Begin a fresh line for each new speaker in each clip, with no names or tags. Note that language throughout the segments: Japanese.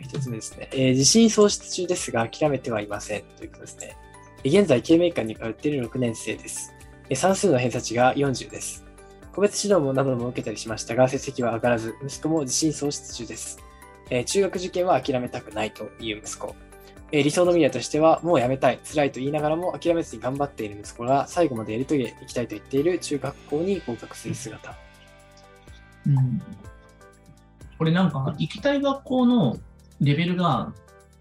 1つ目ですね、えー自信喪失中ですが、諦めてはいませんということですね。えー現在、慶明館に通っている6年生です。えー算数の偏差値が40です。個別指導もなども受けたりしましたが、成績は上がらず、息子も自信喪失中です。えー中学受験は諦めたくないという息子。えー理想の未来としては、もうやめたい、辛いと言いながらも諦めずに頑張っている息子が、最後までやり遂げていきたいと言っている中学校に合格する姿。
うん、これなんか行きたい学校のレベルが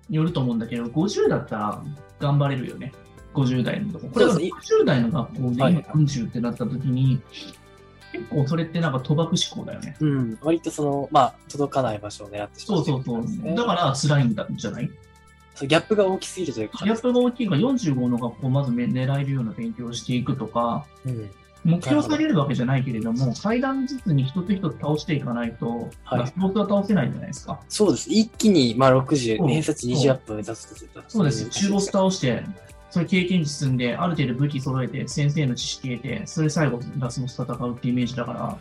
よると思うんだけど50だったら頑張れるよね50代のとここれが
そうで
60代の学校で今
はい
40ってなった時に結構それってなんか賭博志向だよね
うん、割とその、まあ、届かない場所を狙ってしま
そう
ってい
そ
る
うそう
ですね
だから辛いんだじゃない
そうギャップが大きすぎるというか、
ギャップが大きいから45の学校をまずめ狙えるような勉強をしていくとか
うん、
目標を下げるわけじゃないけれども階段ずつに一つ一つ倒していかないと
はい
ラスボスは倒せないじゃないですか
そうです。一気に、まあ、60、
うん
偏差値20アップを目指すとすると。
そうですよ。中ボス
タ
倒して、それ経験値積んで、ある程度武器揃えて、先生の知識得て、それ最後ラスボス戦うってイメージだから、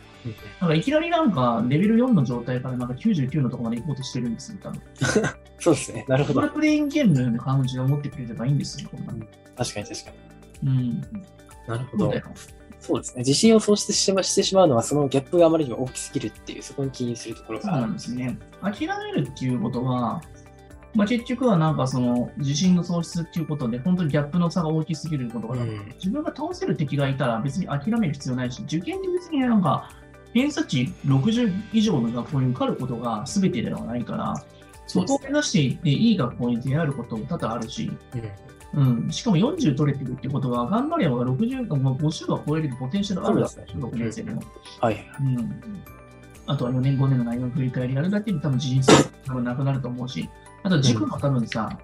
なんかいきなりなんかレベル4の状態からなんか99のところまで行こうとしてるんですよ、多分。
そうですね。なるほど
これ。プレインゲームのような感じを持ってくれればいいんですよ、こんなの
確かに確かに。
うん。
なるほ
そう
ど
だ。よ。
そうですね。自信を喪失してしましてしまうのは、そのギャップがあまりにも大きすぎるっていう、そこに起因するところ
そう
があ
な
る。
んですね。諦めるっていうことは、まあ、結局はなんかその自信の喪失っていうことで、本当にギャップの差が大きすぎることが
うん
自分が倒せる敵がいたら別に諦める必要ないし、受験で別になんか偏差値60以上の学校に受かることが全てではないから、
そ
そう
で
こ
す
を目指していっていい学校に出会えることも多々あるし、
うん
うん、しかも40取れてるってことは、頑張れば60かもう50は超えるポテンシャルあるだろ
そう
う
で
し、
すね
6年生でも。
はい。
うん、あとは4年、5年の内容の振り返りやるだけで多分自信性多分なくなると思うし、あと軸も多分さ、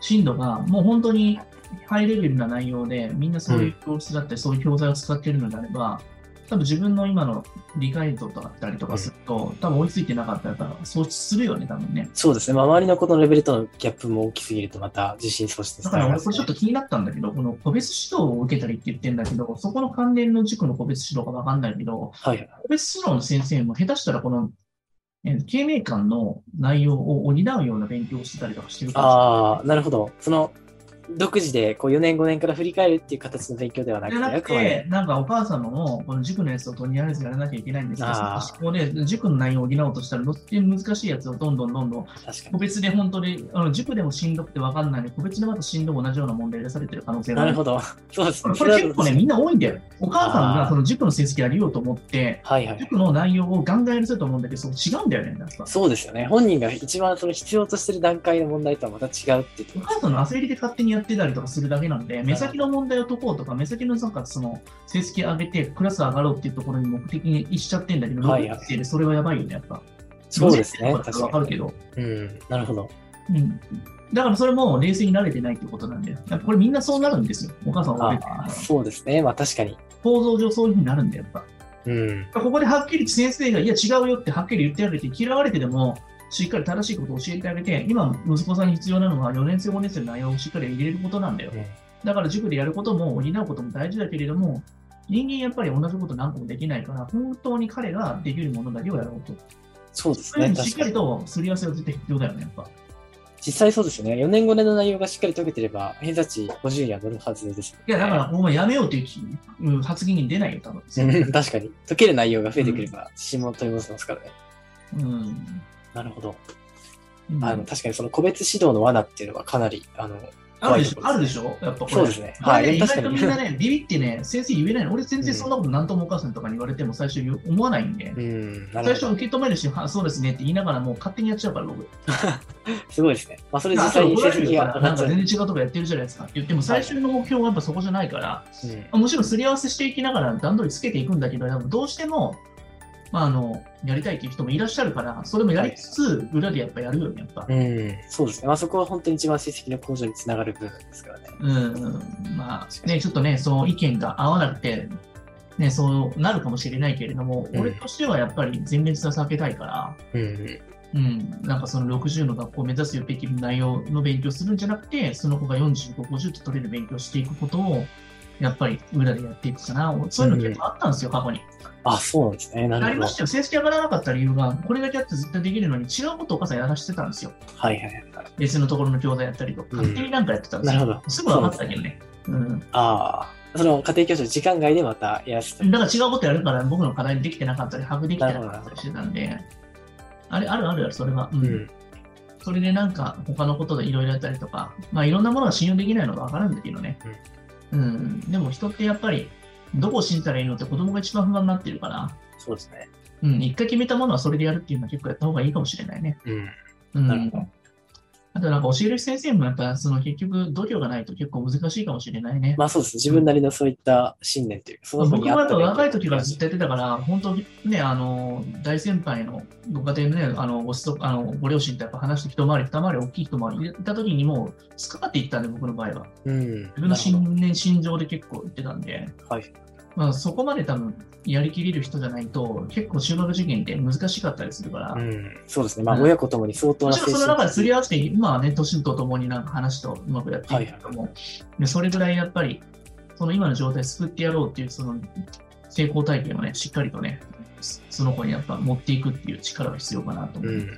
進度がもう本当にハイレベルな内容で、みんなそういう教室だったり、そういう教材を使っているのであれば、多分自分の今の理解度だったりとかすると、多分追いついてなかったら、喪失するよね、多分ね。
そうですね。まあ、周りの子のレベルとのギャップも大きすぎると、また自信喪失につ
だか
な
ら
が
俺
る
これちょっと気になったんだけど、この個別指導を受けたりって言ってんだけど、そこの関連の軸の個別指導がわかんないけど、
はい。
個別指導の先生も下手したらこの、えー経命館の内容を補うような勉強をしてたりとかしてるかもしれない
ああ、なるほど。その、独自でこう4年、5年から振り返るっていう形の勉強ではなく
じゃ
て、
な
あ
く
くま
て
で、。
なんかお母様も、この塾のやつをとりあえずやらなきゃいけないんですけど、その
あー
思考で塾の内容を補おうとしたら、どっちも難しいやつをどんどんどんどん、
確か
個
に。
別で本当に、あの塾でもしんどくて分かんないので、個別でまたしんども同じような問題が出されてる可能性があ
なる。
る
ほど。そうですね。
これ結構ね、みんな多いんだよ。お母さん
あ
が
ー
その塾の成績やりようと思って、
はいはい。
塾の内容をガンガンやると思うんだけど、そう違うんだよね、なんか。
そうですよね。本人が一番その必要としてる段階の問題とはまた違うっていうと
お
ころで
母さんの焦りで勝手にやってたりとかするだけなんで、目先の問題を解こうとか、目先のなんかその成績上げて、クラス上がろうっていうところに目的にいしちゃってんだけど、
は
6
いはい
年生でそれはやばいよね、やっぱ。
す。そうですね。
分
確
わか
か
るけど。
に。うん。なるほど。
うん。だからそれも冷静になれてないってことなんで、やっぱこれみんなそうなるんですよ。お母さんは俺
ああ、そうですね。まあ確かに。
構造上そういうふうになるんだよ、やっぱ。
うん。
ここではっきり先生が、いや違うよってはっきり言ってあげて、嫌われてでも、しっかり正しいことを教えてあげて、今、息子さんに必要なのは4年生、5年生の内容をしっかり入れることなんだよ。
うん
だから塾でやることも補うことも大事だけれども、人間やっぱり同じこと何個もできないから、本当に彼ができるものだけをやろうと。
そうで
そ
す
ういうふ
ね。
うにし
確
っか
か
り
に。
とすり合わせが絶対必要だよね、やっぱ。
実際そうですよね。4年5年の内容がしっかり解けてれば、偏差値50には乗るはずです。
いや、だから、お前やめようっていううん発言に出ないよ、多分。
うん 確かに。解ける内容が増えてくれば、自信も取り戻せますからね。
うん。
なるほど。
うん
あの確かにその個別指導の罠っていうのはかなり、あの、
あるでしょ、あるでしょ、やっぱこれ。
そうですね
これ
はい
意
確か
外
に
とみんなね、ビビってね、先生言えないの。俺、先生そんなこと何ともお母さんとかに言われても最初言う思わないんで。
うん、な
最
る
初
ほど。
受け止めるし、はそうですねって言いながらもう勝手にやっちゃうから僕。
すごいですね。まあそれ実
あ
際に
怒
成
られる
績
よ
が上が
な
っ
ん
ちゃ
か
う。
全然違うとこやってるじゃないですかって言っても最終の目標はやっぱそこじゃないから、
うん
もちろんすり合わせしていきながら段取りつけていくんだけど、でもどうしても、まあ、あのやりたいっていう人もいらっしゃるから、それもやりつつ、裏でやっぱやるよね、やっぱ。
うん、そうですね。まあそこは本当に一番成績の向上につながる部分ですからね。
うん、うんまあね、ちょっとね、そう意見が合わなくて、ね、そうなるかもしれないけれども、
うん
俺としてはやっぱり全滅は避けたいから、
うん、
うん、なんかその60の学校を目指すべき内容の勉強するんじゃなくて、その子が45、50と取れる勉強をしていくことを、やっぱり裏でやっていくかな。そういうの結構あったんですよ、過去に。
あ、そうなんですね。な
あり
る
ま
ほ
し
ど。
たよ。成績上がらなかった理由が、これだけあって絶対できるのに、違うことをお母さんやらしてたんですよ。
はいはいはい。
別のところの教材やったりとか、
うん
勝手になんかやってたんで
な
す
る
よ。
ほど。
すぐ分かったけどね。うん。
ああ。その家庭教師の時間外でまたやらせて
だから違うことやるから、僕の課題できてなかったり、把握できてなかったりしてたんで、あれ、あるあるやろ、それは。うん。
うん。
それでなんか、他のことでいろいろやったりとか、まあ、いろんなものが信用できないのが分かるんだけどね。うん。でも人ってやっぱり、どこを信じたらいいのって子供が一番不安になってるから、
そうですね。
うん、一回決めたものはそれでやるっていうのは結構やった方がいいかもしれないね。
うん。
うん。
なるほど
あとなんか教える先生もやっぱその結局度胸がないと結構難しいかもしれないね。
まあそうです。自分なりのそういった信念というか、その子
僕
に
は
合
や
っ
ったぱ
勉強
若い時からずっとやってたから、本当にね、あの、大先輩のご家庭のね、あの、ご子息あのご両親とやっぱ話して一回り二回り大きい一回りいた時にもう、突っかかっていったんで、僕の場合は。
うん。な
自
る
分
ほ
の信念、心情で結構言ってたんで、
どはい。
まあ、そこまで多分やりきれる人じゃないと、結構中学受験って難しかったりするから、
うん。そうですね。まあ
うん
親子ともに相当
も
な
ちろんその
的
中で釣り合わせて、まあね、年とともになんか話とうまくやっていくけども、でそれぐらいやっぱり、その今の状態救ってやろうっていう、その成功体験をね、しっかりとね、そその子にやっぱ持っていくっていう力が必要かなと思う。
うん。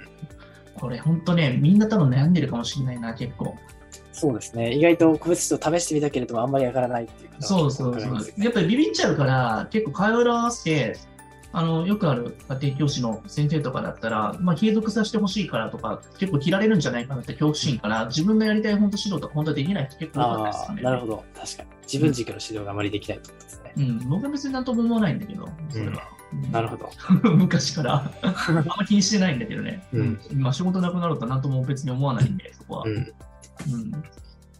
これ本当ね、みんな多分悩んでるかもしれないな、結構。
そうですね。意外と個別指導試してみたけれども、あんまり上がらないっていう方が
そうそう
結構多い
そ
で
う
す。ね
やっぱりビビっちゃうから、結構会話を合わせて、あの、よくある家庭教師の先生とかだったら、まあ、継続させてほしいからとか、結構切られるんじゃないかなって恐怖心から、自分のやりたい本当指導とか本当はできない人結構多かったで
ああ、
すよね。
なるほど。確かに。自分軸の指導があまりできないってことですね。
うん、僕は別になんとも思わないんだけど、それは。うん
なるほど。
昔から。あんま気にしてないんだけどね。
うん
まあ仕事なくなろうとなんとも別に思わないんで、そこは。
うん。
うん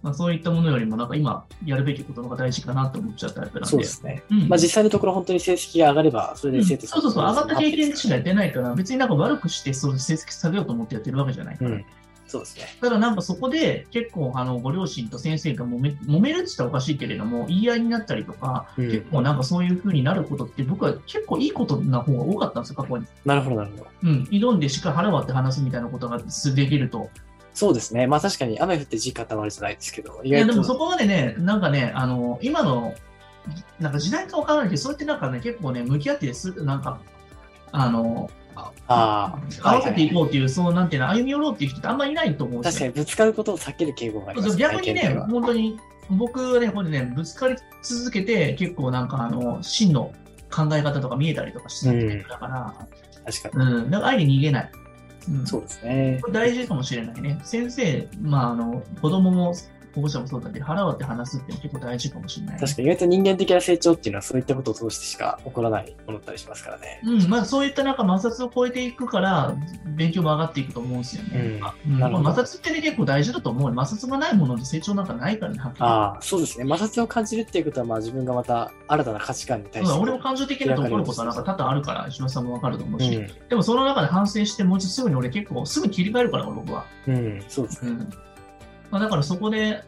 まあ、そういったものよりも、なんか今やるべきことの方が大事かなと思っちゃったタイプなんで。
そうですね。
うん
まあ実際のところ本当に成績が上がれば、それ
う
で
ん
生
そう
徒さん
そうそう、上がった経験しか
い。
やってないから、別になんか悪くして、その成績下げようと思ってやってるわけじゃない。
うん。そうですね。
ただなんかそこで、結構、あの、ご両親と先生が揉め揉めるって言ったらおかしいけれども、言い合いになったりとか、
う
結
ん。
構なんかそういう風になることって、僕は結構いいことな方が多かったんですよ、過去に。
なるほど、なるほど。
うん、挑んでしっかり腹割って話すみたいなことがすできると。
そうですね。まあ確かに雨降って地固まるじゃないですけど、意
いや、
外
でも
と。
そこまでね、なんかね、あの、今の、なんか時代かわからないけど、そうやってなんかね、結構ね、向き合ってす、なんか、あの、
ああ、
合わせていこうっていう、そうなんていうの、歩み寄ろうっていう人ってあんまりいないと思うんです
確
よ
かにぶつかることを避ける傾向があります、
逆に
体験
ね、
では
本当に、僕はね、これね、ぶつかり続けて、結構なんか、あの、真の考え方とか見えたりとかしてるタイプだか
確かに。
ら、うん、だからあえて逃げない。うん、
そうですね
こ。れ大事かもしれないね。先生、まあ、あの、子供も保護者もそうだけど、腹割って話すって結構大事かもしれない。
確かに意外と人間的な成長っていうのはそういったことを通してしか起こらないものだったりしますからね。
うん、まあそういったなんか摩擦を超えていくから、勉強も上がっていくと思うんですよね。
うん
ま
な
あ
るほど
摩擦ってね、結構大事だと思うよ。摩擦がないもので成長なんかないからね、はっきり
ああ、そうですね。摩擦を感じるっていうことは、まあ自分がまた新たな価値観に対し
う
て。
ん俺も感情的なと怒ることはなんか多々あるから、石橋さんもわかると思うし、
う
でもその中で反省して、もう一度すぐに俺結構すぐ切り替えるから、僕は。
ん、うん、そうですね。
うんまあ、だからそこで、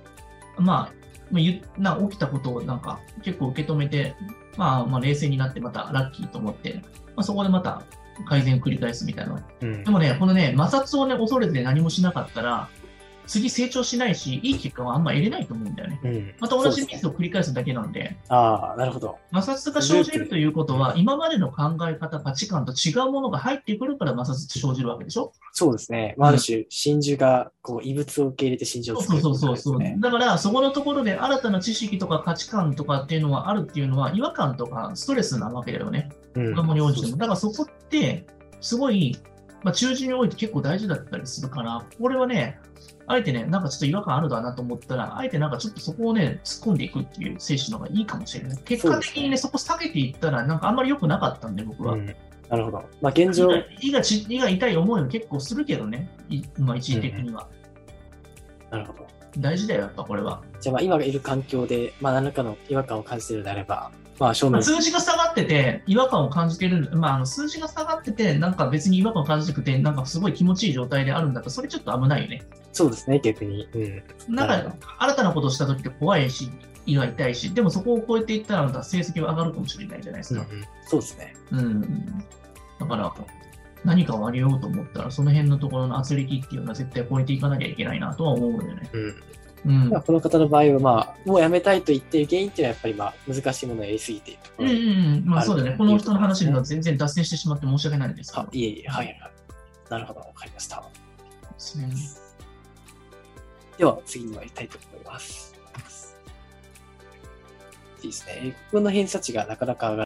まあ、まあゆな起きたことをなんか結構受け止めて、まあ、まあ冷静になってまたラッキーと思って、まあ、そこでまた改善を繰り返すみたいな。
うん
で、もね、このね、摩擦をね、恐れて何もしなかったら、次成長しないし、いい結果はあんま得れないと思うんだよね。
うん
また同
そ
じ
うで
ミ
す
ス
ね
を繰り返すだけなんで、
ああ、なるほど。
摩擦が生じるということは、今までの考え方、価値観と違うものが入ってくるから摩擦って生じるわけでしょ
そうですね。まあ、ある種、真珠が、こう、異物を受け入れて真珠を作
そう
る
そう
みたい
そ
な
う
ですね、
そう。だから、そこのところで新たな知識とか価値観とかっていうのはあるっていうのは、違和感とかストレスなわけだよね。
うん
子供に応じ
そうそ
ても。
う
だからそこって、すごい、まあ、中心において結構大事だったりするから、これはね、あえてね、なんかちょっと違和感あるだなと思ったら、あえてなんかちょっとそこをね、突っ込んでいくっていう精神の方がいいかもしれない。結果的にね、そこ下げていったら、なんかあんまり良くなかったんで、僕は。
うんなるほど。まあ、現状、
胃がち胃が痛い思いを結構するけどね、いまあ、一時的には。
なるほど。
大事だよ、やっぱこれは。
じゃあ、まあ、今いる環境で、まあ、何らかの違和感を感じているのであれば、まあ、正面
まあ、数字が下がってて、違和感を感じてる、まあ、あの数字が下がってて、なんか別に違和感を感じなくて、なんかすごい気持ちいい状態であるんだったら、それちょっと危ないよね。
そうですね、逆に。うん。
な
なる
んか新たなことをした時って怖いし、胃が痛いし、でもそこを超えていったら、また成績は上がるかもしれないじゃないです
うんう
か。
んそうですね。
うん。だから、何かをあげようと思ったら、その辺のところの圧力っていうのは絶対超えていかなきゃいけないなとは思うよね。
うん。
うん
まあ、この方の場合は、まあ、もうやめたいと言っている原因っていうのは、やっぱり、まあ、難しいものをやりすぎているとこ
うん
ろ。
うんうん、まあそうだ
あ
ね。
る
この人の話には全然脱線してしまって申し訳ないですけ
あ
ど。、
いえいえ、はいはいはい。なるほど、わかりました。
ですね
では、次に参りたいと思います。いいですね。英語の偏差値がなかなか上がら